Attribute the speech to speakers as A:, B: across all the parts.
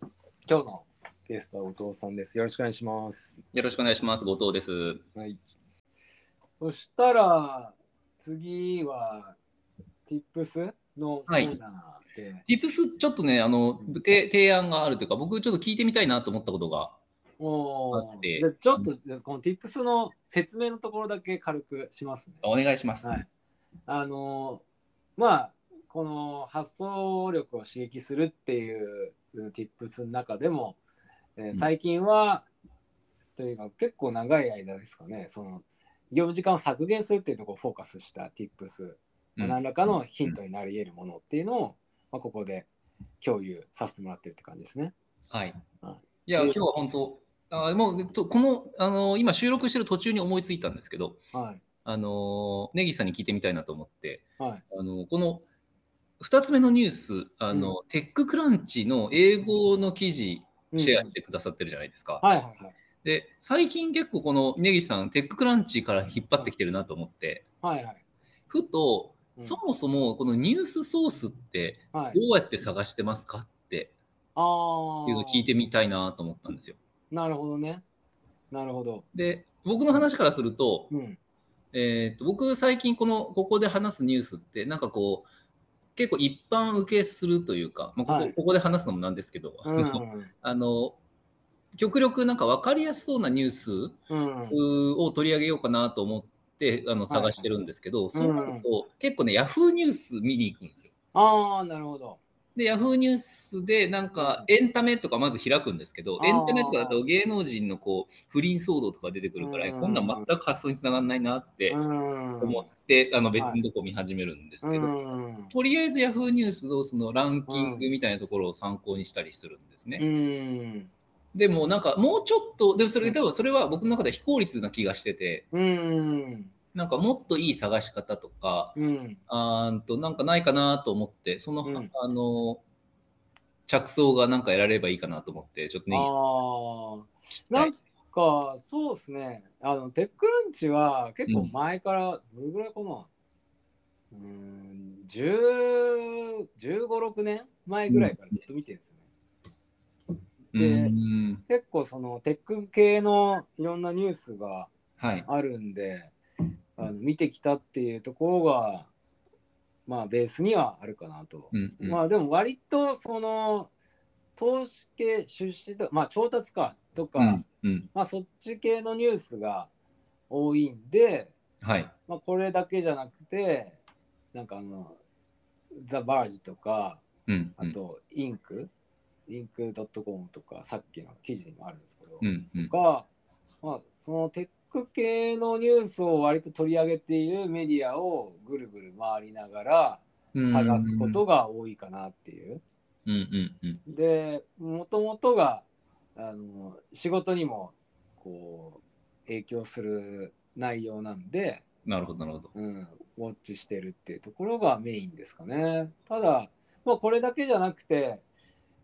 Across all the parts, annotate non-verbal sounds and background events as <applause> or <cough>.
A: 今日のゲストは後藤さんです。よろしくお願いします。
B: よろしくお願いします。後藤です。
A: はい。そしたら、次は、Tips のコーナーで、
B: Tips、ちょっとね、あの、て提案があるというか、僕ちょっと聞いてみたいなと思ったことが。
A: お
B: 待っ
A: ー
B: て
A: じゃあちょっと、この Tips の説明のところだけ軽くしますね。
B: お願いします。
A: はい。あのーまあこの発想力を刺激するっていううん tips の中でも、えー
B: ん
A: 最近は、というか結構長い間ですかねその業務時間を削減するっていうところをフォーカスした tips、
B: う
A: まあ
B: ん
A: 何らかのヒントになり得るものっていうのを、まあ、ここで共有させてもらってるって感じですね。
B: はい。
A: はい
B: いや、今日は本当、あもうとこのあの今収録してる途中に思いついたんですけど、
A: はい。
B: あのネギさんに聞いてみたいなと思って、
A: はい。
B: あのこの2つ目のニュース、あのテッククランチの英語の記事、
A: うん
B: シェアしてくださってるじゃないですか。
A: はいはいはい。
B: で、最近結構このネギさん、テッククランチから引っ張ってきてるなと思って、
A: はいはい。
B: ふと、
A: うん
B: そもそもこのニュースソースって
A: はい
B: ど。うやって探してますかって
A: あ
B: いうのを聞い
A: あ。
B: てみたいなと思ったんですよ。
A: なるほどね。なるほど。
B: で僕の話からすると,、
A: うん。
B: えーと僕最近このここで話すニュースってなんかこう結構一般受けするというか、まあここ
A: はい
B: ここで話すのもなんですけど、
A: うん。
B: <laughs> あの極力なんか分かりやすそうなニュース
A: うん。
B: を取り上げようかなと思ってあ
A: はい
B: の
A: はい
B: 探してるんですけど、そうなると結構ねヤフーニュース見に行くんですよ。
A: ああ、なるほど。
B: で、ヤフーニュースで、なんか、エンタメとかまず開くんですけど
A: あ、ー
B: エンタメとかだと芸能人のこう不倫騒動とか出てくるか
A: う
B: ら、
A: ん
B: こんなん全く発想につながんないなって
A: うん。
B: 思って、あの別のとこ見始めるんですけ
A: う
B: ど、
A: ん。
B: とりあえずヤフーニュースのそのランキングみたいなところを参考にしたりするんです
A: う
B: ね。
A: ん。
B: でも、なんか、もうちょっと、でもそれ、
A: うん
B: 多分それは僕の中では非効率な気がしてて、
A: うん。
B: なんかもっといい探し方とか、
A: うん。
B: あーんとなんかないかなと思って、その、
A: うん
B: あの着想がなんか得られればいいかなと思って、ちょっとね、
A: ああ。なんか、そうですね。あの、テックランチは結構前から、どれぐらいかな。うん、10、15、6年前ぐらいからずっと見てるんですよね。
B: う
A: で
B: ーん
A: 結構そのテック系のいろんなニュースが
B: はい、
A: あるんで、あの見てきたっていうところが、まあ、ベースにはあるかなと。
B: うんうん
A: まあでも割とその投資系出資とかまあ調達かとか、
B: うんうん
A: まあそっち系のニュースが多いんで、
B: はい、
A: まあ、これだけじゃなくてなんかあのザ・バージとか
B: うんう
A: あ
B: ん
A: とインク、インク .com とかさっきの記事にもあるんですけど、
B: うんうん
A: が、まあ、そのテック系のニュースを割と取り上げているメディアをぐるぐる回りながら
B: うん
A: 探すことが多いかなっていう。
B: うんうんうん
A: でもともとがあの仕事にもこう影響する内容なんで、
B: なるほどなるほど
A: うん、ウォッチしてるっていうところがメインですかねただ、まあ、これだけじゃなくて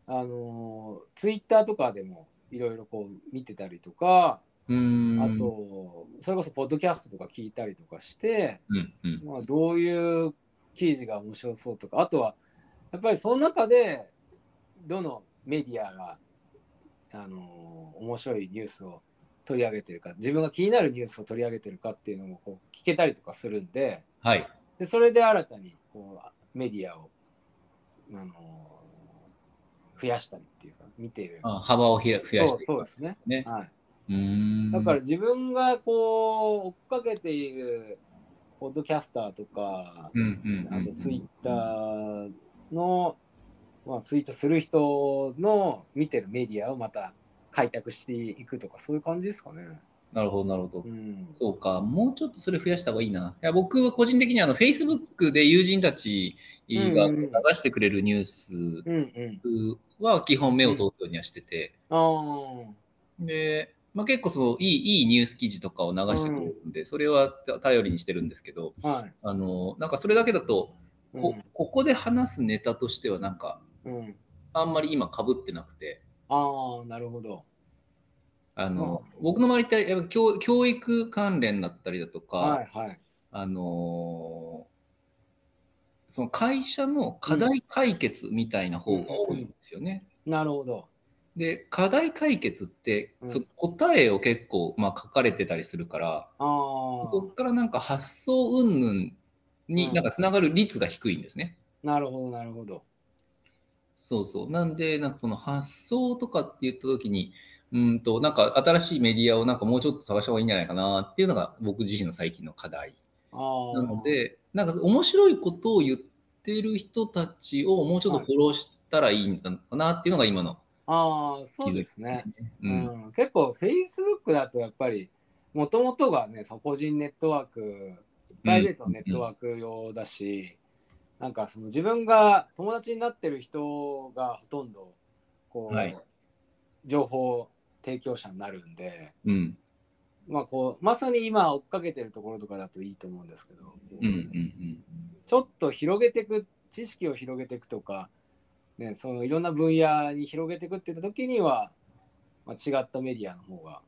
A: あのツイッターとかでもいろいろこう見てたりとか
B: うーん
A: あとそれこそポッドキャストとか聞いたりとかして、
B: うんうん
A: まあ、どういう記事が面白そうとかあとはやっぱりその中でどのメディアが、あのー面白いニュースを取り上げてるか自分が気になるニュースを取り上げてるかっていうのもこう聞けたりとかするんで
B: はい
A: でそれで新たにこうメディアを、あのー増やしたりっていうか見ている
B: あ幅をひら増やしてい
A: そうそう
B: く
A: ですね、
B: ね
A: はい、
B: うーん
A: だから自分がこう追っかけているポッドキャスターとか
B: うんうんうん
A: あとツイッターの、まあ、ツイートする人の見てるメディアをまた開拓していくとかそういう感じですかね。
B: なるほどなるほど
A: うん、
B: そうか、もうちょっとそれ増やした方がいいな。いや僕、個人的にあの Facebook で友人たちが
A: うんうんう
B: 流
A: ん
B: してくれるニュー
A: うん、うん。
B: スは基本目を通すようにはしてて、
A: あー
B: で、まあ、結構そのいいいいニュース記事とかを流してくれるんで、それは頼りにしてるんですけど、
A: はい。
B: あのなんかそれだけだと
A: う
B: こ
A: ん、、
B: ここで話すネタとしては、なんか
A: うん。
B: あんまり今かぶってなくて。
A: ああ、なるほど。
B: あの僕の周りってやっぱ教教育関連だったりだとか、
A: はいはい。
B: あのーその会社の課題解決みたいな方が多いんですよね。
A: なるほど。
B: で、課題解決って、
A: うん
B: そ答えを結構、まあ、書かれてたりするから、
A: ああ
B: そこからなんか発想云々
A: う
B: に
A: ん
B: なんかつながる率が低いんですね。
A: なるほどなるほど
B: そうそう。なんで、なんかこの発想とかって言った時に、うんと、なんか新しいメディアをなんかもうちょっと探した方がいいんじゃないかなっていうのが僕自身の最近の課題。
A: あ
B: な
A: あ
B: ので、なんか面白いことを言ってる人たちをもうちょっとフォローしたらいいんだかなっていうのが今の。
A: ああそうですね、
B: う。
A: うんん結構 Facebook だとやっぱりもともとがねその個人ネットワークプライベートのネットワーク用だし、なんかその自分が友達になってる人がほとんどこう、
B: はい
A: 情報提供者になるんで、
B: うん。
A: まあ、こうまさに今追っかけてるところとかだといいと思うんですけど、
B: うん。うん。うん。
A: ちょっと広げていく知識を広げていくとか、ね、そのいろんな分野に広げていくって言った時には、まあ、違ったメディアの方が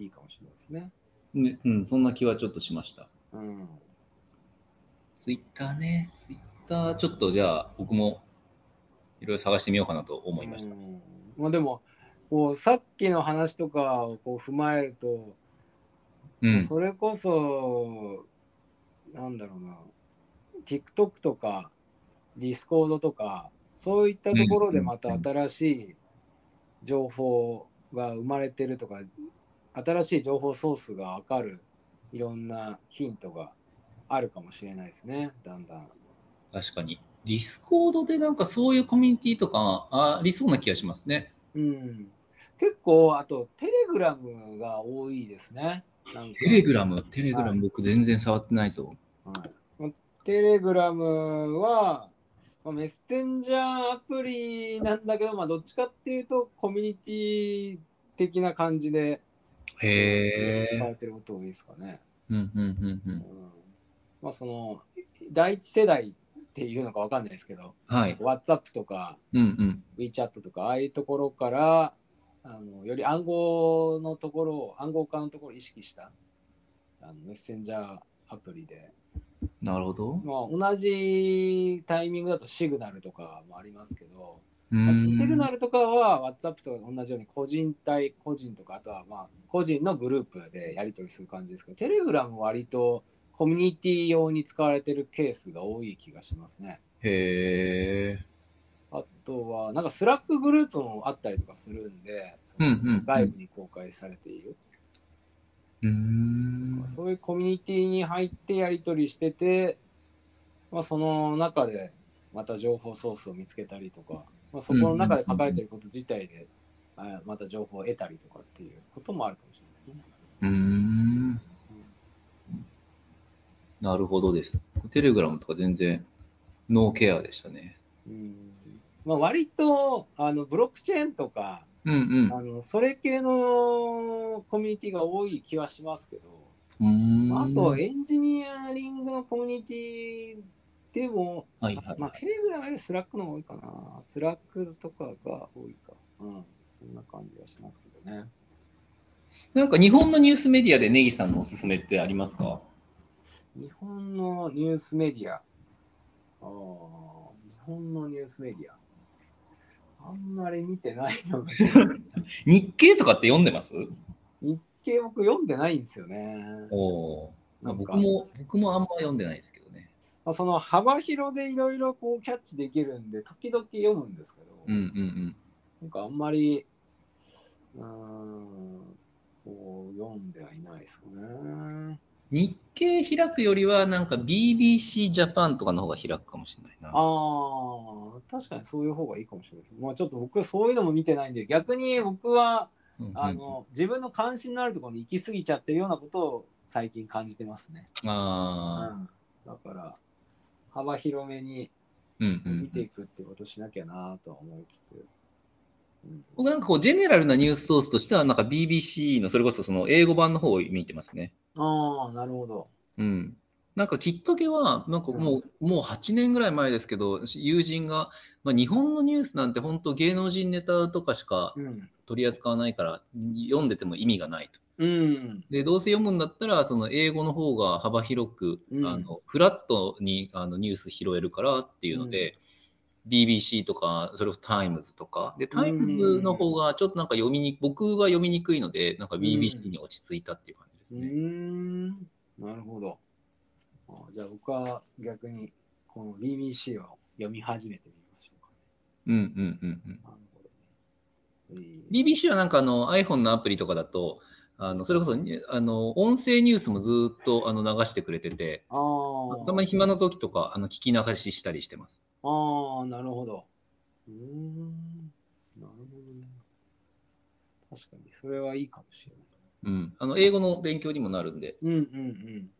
A: いいかもしれないですね。
B: ねうん、そんな気はちょっとしました。
A: うん、
B: ツイッターね、ツイッター、ちょっとじゃあ僕もいろいろ探してみようかなと思いました。
A: うんまあ、でもこうさっきの話とかをこう踏まえると、
B: うん。
A: それこそなんだろうな TikTok とか Discord とかそういったところでまた新しい情報が生まれてるとか新しい情報ソースが分かるいろんなヒントがあるかもしれないですねだんだん。
B: 確かに。ディスコードでなんかそういうコミュニティとかありそうな気がしますね。
A: うん、結構あとテレグラムが多いですね。なんか
B: テレグラム、テレグラ
A: は
B: ム僕全然触ってないぞ。
A: はい、テレグラムは、まあメッセンジャーアプリなんだけど、まあ、どっちかっていうとコミュニティ的な感じで
B: へ
A: 使わ
B: え。
A: れてることが多いですかね。
B: うんうんうんう
A: うん
B: ん。
A: まあ、その第一世代っていうのかわかんないですけど、
B: はい。
A: WhatsApp とか
B: うんうん。
A: WeChat とか、ああいうところからあのより暗号のところを、暗号化のところを意識したあのメッセンジャーアプリで。
B: なるほど。
A: まあ、同じタイミングだとシグナルとかもありますけど、
B: う
A: まあ
B: ん
A: シグナルとかは WhatsApp と同じように個人対個人とかあとはまあ個人のグループでやり取りする感じですけどテレグラムは割とコミュニティ用に使われてるケースが多い気がしますね
B: へえ。
A: あとはなんかスラックグループもあったりとかするんでそ
B: うんう
A: の
B: ん。
A: 外部に公開されている、
B: うーん。
A: そういうコミュニティに入ってやり取りしてて、まあ、その中でまた情報ソースを見つけたりとか、まあ、そこの中で書かれてること自体で、あまた情報を得たりとかっていうこともあるかもしれないですね。
B: うーん。なるほどです。テレグラムとか全然ノーケアでしたね。
A: うんまあ、割とあのブロックチェーンとか
B: うん
A: あのそれ系のコミュニティが多い気はしますけど、
B: うん。
A: まあ、
B: うー
A: あ
B: ん
A: とエンジニアリングのコミュニティでも
B: はいはい。
A: まあ、テレグラムよりスラックの方が多いかな。スラックとかが多いか。うん。そんな感じがしますけどね。
B: なんか日本のニュースメディアでネギさんのおすすめってありますか
A: 日本のニュースメディア。ああ、日本のニュースメディア。あんまり見てないよね。
B: 日経とかって読んでます
A: 日経僕読んでないんですよね。
B: おおー。まあ
A: なんか
B: 僕も、僕もあんま読んでないですけどね。
A: まあ、その幅広でいろいろこうキャッチできるんで、時々読むんですけど、
B: うんうん
A: なんかあんまり、うーん、こう読んではいないですかね。
B: うん。日経開くよりは、なんか BBC ジャパンとかの方が開くかもしれないな。
A: ああ、確かにそういう方がいいかもしれないです。まあちょっと僕そういうのも見てないんで、逆に僕は、
B: うんうん
A: あの、自分の関心のあるところに行き過ぎちゃってるようなことを最近感じてますね。う
B: あ
A: ん。だから、幅広めに
B: ーうんうん
A: 見ていくってことしなきゃなとは思いつつ。うん
B: 僕なんかこう、ジェネラルなニュースソースとしては、なんか BBC のそれこそその英語版の方を見てますね。
A: ああ、なるほど。
B: うん。なんかきっかけは、なんかもう、もう8年ぐらい前ですけど、友人が、まあ、日本のニュースなんて本当芸能人ネタとかしか
A: うん。
B: 取り扱わないから、読んでても意味がないと。
A: うん。
B: で、どうせ読むんだったら、その英語の方が幅広く、
A: うん
B: あのフラットにあのニュース拾えるからっていうので、 BBC とか、それこそタイムズとか、で、タイムズの方がちょっとなんか読みに、僕は読みにくいので、なんか BBC に落ち着いたっていう感じです
A: うー
B: ね。
A: ん、なるほど。あじゃあ僕は逆にこの BBC を読み始めてみましょうか
B: うんうんうんうん。
A: ね。なるほどね。えー
B: BBC はなんかあの iPhone のアプリとかだと、あのそれこそにあの音声ニュースもずーっとあの流してくれてて、
A: あー
B: たまに暇な時とかあの聞き流ししたりしてます。
A: ああ、なるほど。うーん。なるほどね。確かに、それはいいかもしれ
B: うん、あの英語の勉強にもなるんで
A: ない。うんうんうん。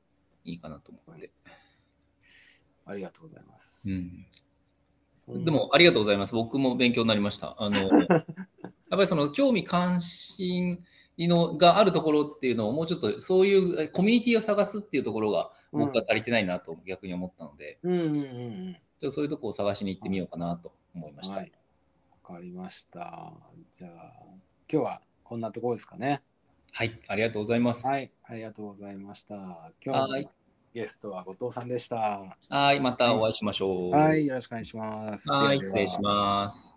B: いいかなと思って。
A: ありがとうございます。
B: う
A: そん
B: ん、
A: な
B: で、もありがとうございます。僕も勉強になりました。あのやっぱりその興味関心のがあるところっていうのをもうちょっとそういうえコミュニティを探すっていうところが僕は足りてないなと逆に思ったので、
A: うんうんうんうん。
B: ちょっとそういうとこを探しに行ってみようかなと思いました。
A: はい。わかりました。じゃあ、今日はこんなところですかね。
B: はい、ありがとうございます。
A: はい、ありがとうございました。今
B: は
A: 日
B: い
A: のゲストは後藤さんでした。
B: はい、またお会いしましょう。
A: はい、よろしくお願いします。
B: はい、失礼し
A: す。
B: ます。